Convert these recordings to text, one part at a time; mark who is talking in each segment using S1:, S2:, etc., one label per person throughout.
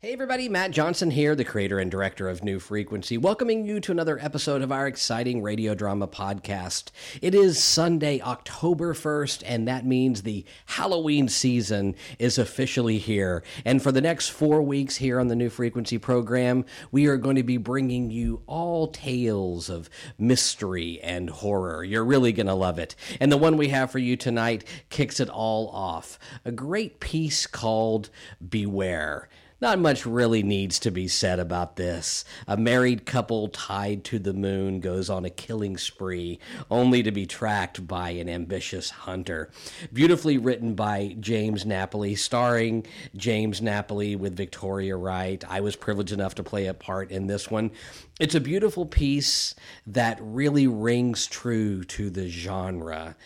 S1: Hey everybody, Matt Johnson here, the creator and director of New Frequency, welcoming you to another episode of our exciting radio drama podcast. It is Sunday, October 1st, and that means the Halloween season is officially here. And for the next four weeks here on the New Frequency program, we are going to be bringing you all tales of mystery and horror. You're really going to love it. And the one we have for you tonight kicks it all off a great piece called Beware. Not much really needs to be said about this. A married couple tied to the moon goes on a killing spree, only to be tracked by an ambitious hunter. Beautifully written by James Napoli, starring James Napoli with Victoria Wright. I was privileged enough to play a part in this one. It's a beautiful piece that really rings true to the genre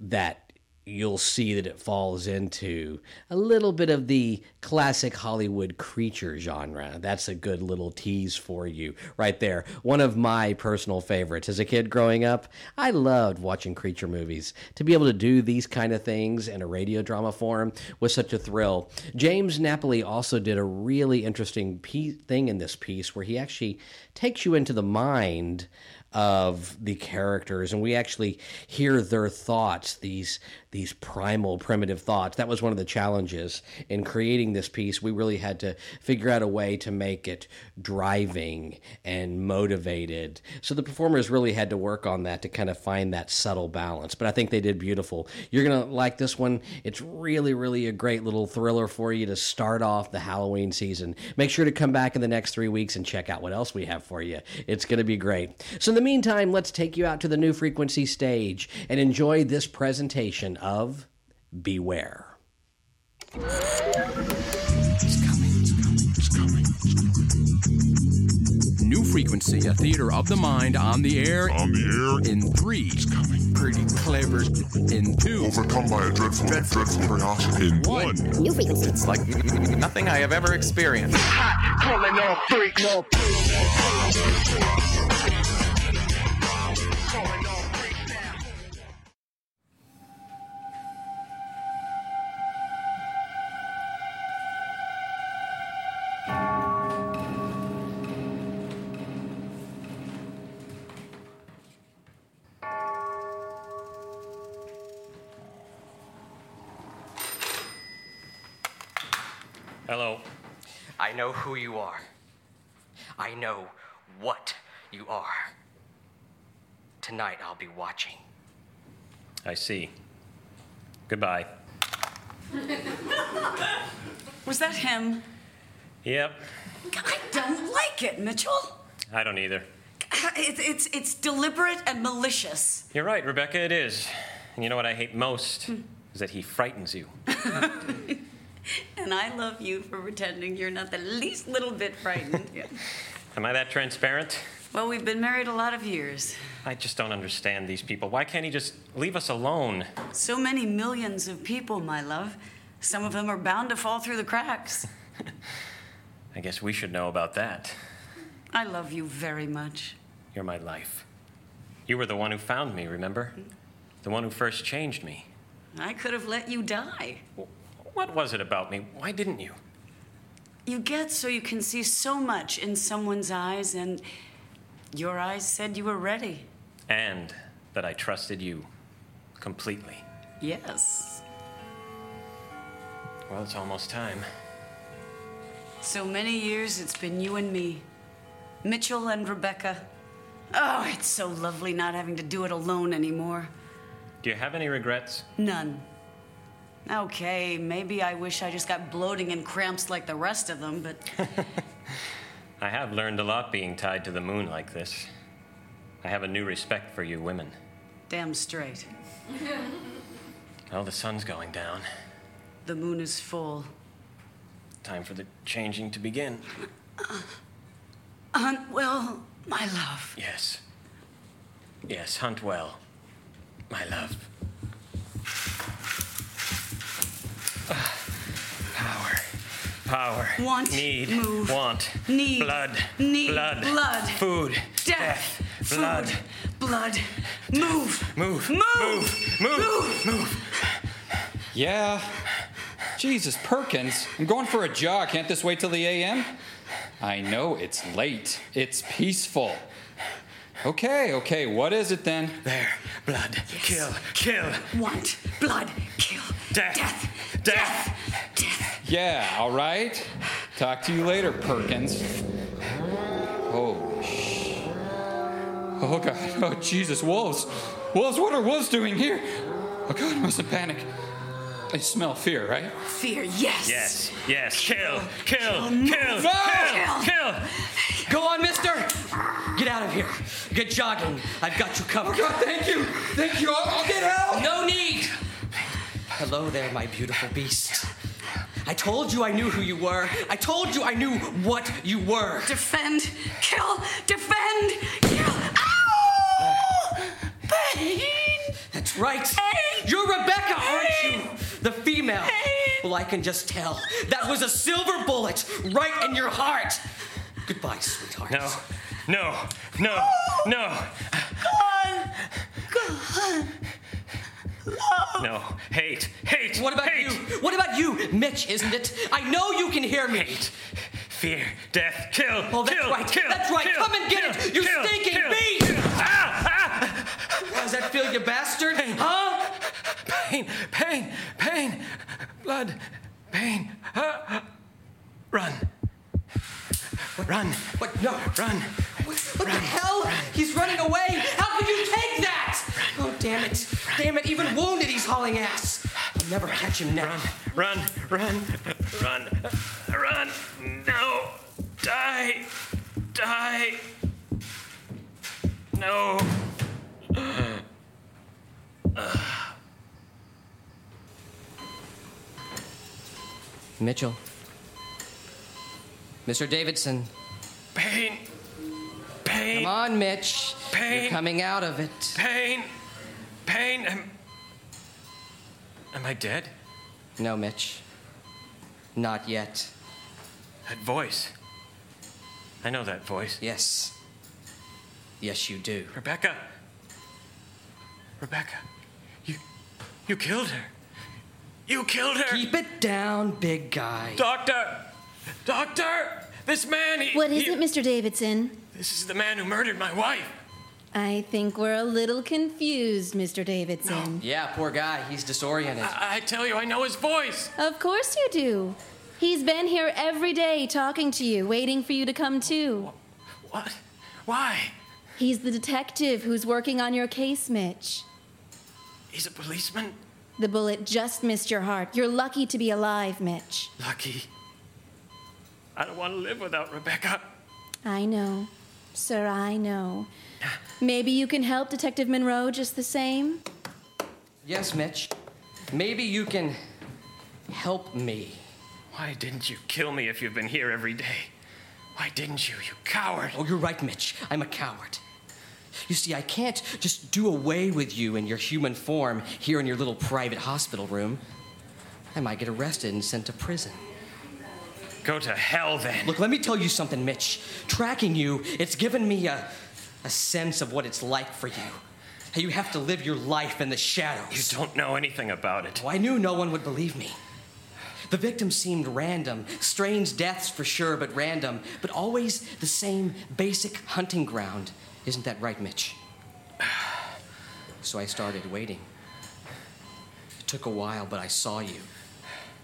S1: that you'll see that it falls into a little bit of the classic Hollywood creature genre. That's a good little tease for you right there. One of my personal favorites. As a kid growing up, I loved watching creature movies. To be able to do these kind of things in a radio drama form was such a thrill. James Napoli also did a really interesting piece, thing in this piece where he actually takes you into the mind of the characters and we actually hear their thoughts these these primal primitive thoughts that was one of the challenges in creating this piece we really had to figure out a way to make it driving and motivated so the performers really had to work on that to kind of find that subtle balance but i think they did beautiful you're going to like this one it's really really a great little thriller for you to start off the halloween season make sure to come back in the next 3 weeks and check out what else we have for you it's going to be great so in the meantime, let's take you out to the new frequency stage and enjoy this presentation of Beware.
S2: New Frequency, a theater of the mind on the air.
S3: On the air,
S2: In three,
S3: coming.
S2: pretty clever. In two,
S3: overcome by a dreadful, dreadful, curiosity. In
S2: one.
S4: New frequencies.
S5: like nothing I have ever experienced.
S6: Calling all freaks. Calling all freaks now.
S7: Hello.
S8: I know who you are. I know what you are. Tonight I'll be watching.
S7: I see. Goodbye.
S9: Was that him?
S7: Yep.
S9: I don't like it, Mitchell.
S7: I don't either.
S9: It's, it's, it's deliberate and malicious.
S7: You're right, Rebecca, it is. And you know what I hate most? Is that he frightens you.
S9: And I love you for pretending you're not the least little bit frightened.
S7: Am I that transparent?
S9: Well, we've been married a lot of years.
S7: I just don't understand these people. Why can't he just leave us alone?
S9: So many millions of people, my love. Some of them are bound to fall through the cracks.
S7: I guess we should know about that.
S9: I love you very much.
S7: You're my life. You were the one who found me, remember? The one who first changed me.
S9: I could have let you die.
S7: Wh- What was it about me? Why didn't you?
S9: You get so you can see so much in someone's eyes, and your eyes said you were ready.
S7: And that I trusted you completely.
S9: Yes.
S7: Well, it's almost time.
S9: So many years it's been you and me, Mitchell and Rebecca. Oh, it's so lovely not having to do it alone anymore.
S7: Do you have any regrets?
S9: None. Okay, maybe I wish I just got bloating and cramps like the rest of them, but
S7: I have learned a lot being tied to the moon like this. I have a new respect for you women.
S9: damn straight.
S7: Well, the sun's going down.
S9: The moon is full.
S7: Time for the changing to begin.
S9: Aunt, well, my love.
S7: Yes. Yes, hunt well. My love. Ah, Power. Power.
S9: Want,
S7: Need.
S9: move,
S7: Want.
S9: need,
S7: Blood.
S9: need,
S7: Blood.
S9: blood,
S7: Food.
S9: Death. food,
S7: Blood.
S9: Blood. Move.
S7: Move.
S9: Move.
S7: Move. Move. Move. Yeah.
S8: Jesus Perkins, I'm going for a jog. Can't this wait till the AM? I know it's late. It's peaceful. Okay, okay, what is it then?
S10: There. Blood. Kill. Kill.
S9: Want, blood, kill,
S10: Death.
S9: death,
S10: Death.
S9: death, death.
S8: Yeah, all right. Talk to you later, Perkins. Oh, sh- oh God! Oh Jesus! Wolves! Wolves! What are wolves doing here? Oh God! I mustn't panic. I smell fear, right?
S9: Fear, yes.
S7: Yes, yes.
S10: Kill. Kill. Kill.
S8: No!
S10: Kill. Kill.
S11: Go on, mister! Get out of here. Get jogging. I've got you
S8: Oh
S11: covered.
S8: God! Thank you! Thank you! I'll, I'll get help!
S11: No need! Hello there, my beautiful beast. I told you I knew who you were. I told you I knew what you were.
S9: Defend, kill, defend, kill. Ow! Pain.
S11: That's right.
S9: Hey!
S11: You're Rebecca, aren't you?
S9: Hey!
S11: The female.
S9: Hey!
S11: Well, I can just tell. That was a silver bullet right in your heart. Goodbye, sweetheart.
S7: No, no, no, no,
S11: Oh,
S7: no. Hate, hate.
S11: What about
S7: hate.
S11: you? What about you, Mitch, isn't it? I know you can hear me.
S7: Fear, death, kill.
S11: Oh, that's
S7: kill,
S11: right.
S7: Kill,
S11: That's right.
S7: kill,
S11: Come and get
S7: kill,
S11: it, you
S7: kill,
S11: stinking
S7: kill,
S11: beast!
S7: kill. Ah,
S11: Does that feel, you bastard? Huh?
S10: Pain. Pain. Pain. Blood. Pain. Uh, run. Run.
S11: What? No.
S10: Run.
S11: What, what the hell? He's running away. How could you take that? Oh, damn it. Damn it. Even wounded, he's hauling ass. I'll never catch him now.
S7: ah. Run, run, run, run. No, die, die. No.
S11: Mitchell. Mr. Davidson.
S7: Pain,
S11: Come
S7: pain,
S11: on, Mitch.
S7: Pain.
S11: You're coming out of it.
S7: pain, pain. Am, am I dead?
S11: No, Mitch. Not yet.
S7: That voice. I know that voice.
S11: Yes. Yes, you do.
S7: Rebecca. Rebecca, you you killed her. You killed her.
S11: Keep it down, big guy.
S7: Doctor! Doctor! This man, he,
S1: What is
S7: he-
S1: it, Mr. Davidson?
S7: This is the man who murdered my wife.
S1: I think we're a little confused, Mr. Davidson.
S11: Yeah, poor guy. He's disoriented.
S7: I, I tell you, I know his voice.
S1: Of course you do. He's been here every day talking to you, waiting for you to come to.
S7: What? Why?
S1: He's the detective who's working on your case, Mitch.
S7: He's a policeman?
S1: The bullet just missed your heart. You're lucky to be alive, Mitch.
S7: Lucky. I don't want to live without Rebecca.
S1: I know. Sir, I know. Maybe you can help Detective Monroe just the same?
S11: Yes, Mitch. Maybe you can help me.
S7: Why didn't you kill me if you've been here every day? Why didn't you, you coward?
S11: Oh, you're right, Mitch. I'm a coward. You see, I can't just do away with you in your human form here in your little private hospital room. I might get arrested and sent to prison.
S7: Go to hell then.
S11: Look, let me tell you something, Mitch. Tracking you, it's given me a, a sense of what it's like for you. How you have to live your life in the shadows.
S7: You don't know anything about it.
S11: Oh, I knew no one would believe me. The victims seemed random, strange deaths for sure, but random, but always the same basic hunting ground. Isn't that right, Mitch? So I started waiting. It took a while, but I saw you.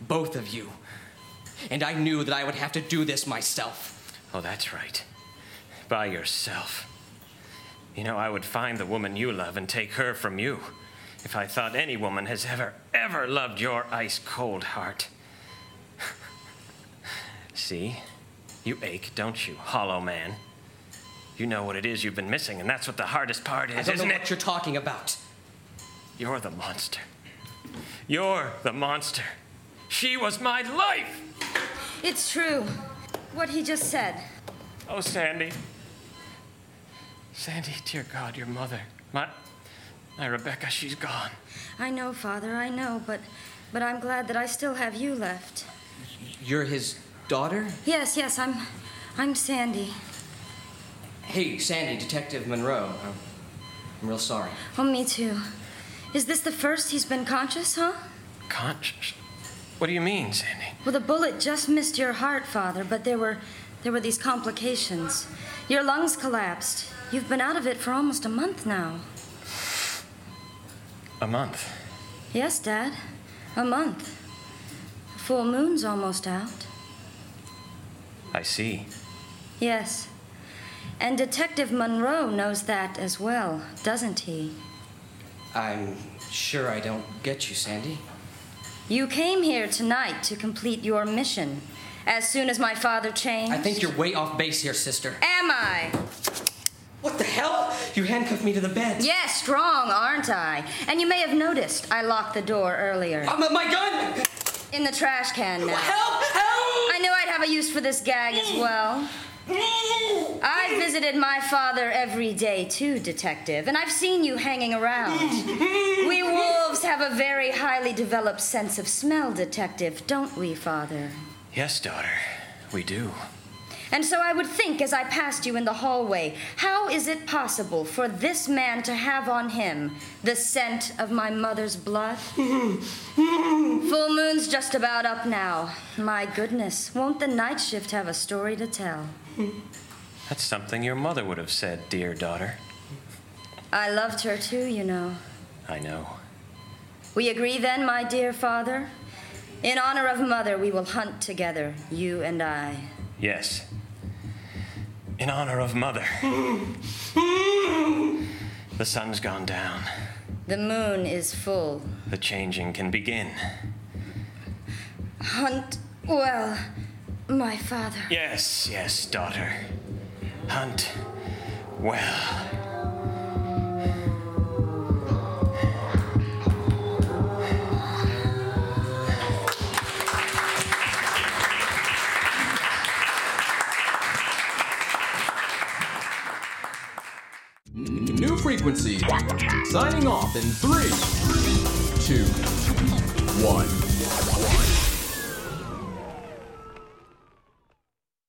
S11: Both of you. And I knew that I would have to do this myself.
S7: Oh, that's right. By yourself. You know, I would find the woman you love and take her from you if I thought any woman has ever, ever loved your ice cold heart. See? You ache, don't you, hollow man? You know what it is you've been missing, and that's what the hardest part
S11: I
S7: is,
S11: don't
S7: isn't
S11: know
S7: it?
S11: what you're talking about.
S7: You're the monster. You're the monster. She was my life!
S1: It's true. What he just said.
S7: Oh, Sandy. Sandy, dear God, your mother. My, my Rebecca, she's gone.
S1: I know, Father, I know, Oh, but but I'm glad that I still have you left.
S11: You're his daughter?
S1: Yes, yes, I'm I'm Sandy.
S11: Hey, Sandy, Detective Monroe. I'm, I'm real sorry.
S1: Oh, me too. Is this the first he's been conscious, huh?
S7: Conscious. What do you mean, Sandy?
S11: Well, the bullet just missed your heart, Father, but there were there were these complications. Your lungs collapsed. You've been out of it for almost a month now.
S7: A month.
S11: Yes, Dad. A month. The full moon's almost out.
S7: I see.
S11: Yes. And Detective Monroe knows that as well, doesn't he?
S8: I'm sure I don't get you, Sandy.
S11: You came here tonight to complete your mission. As soon as my father changed.
S8: I think you're way off base here, sister.
S11: Am I?
S8: What the hell? You handcuffed me to the bed.
S11: Yes, strong, aren't I? And you may have noticed I locked the door earlier.
S8: Uh, my- my gun!
S11: In the trash can now.
S8: Help! Help!
S11: I knew I'd have a use for this gag as well. I visited my father every day too, Detective, and I've seen you hanging around. We wolves have a very highly developed sense of smell, Detective, don't we, Father?
S7: Yes, daughter, we do.
S11: And so I would think as I passed you in the hallway, how is it possible for this man to have on him the scent of my mother's blood? Full moon's just about up now. My goodness, won't the night shift have a story to tell?
S7: That's something your mother would have said, dear daughter.
S11: I loved her too, you know.
S7: I know.
S11: We agree then, my dear father? In honor of mother, we will hunt together, you and I.
S7: Yes. In honor of mother. the sun's gone down.
S11: The moon is full.
S7: The changing can begin.
S11: Hunt well, my father.
S7: Yes, yes, daughter. Hunt well.
S2: New frequency. Signing off in three, two, one.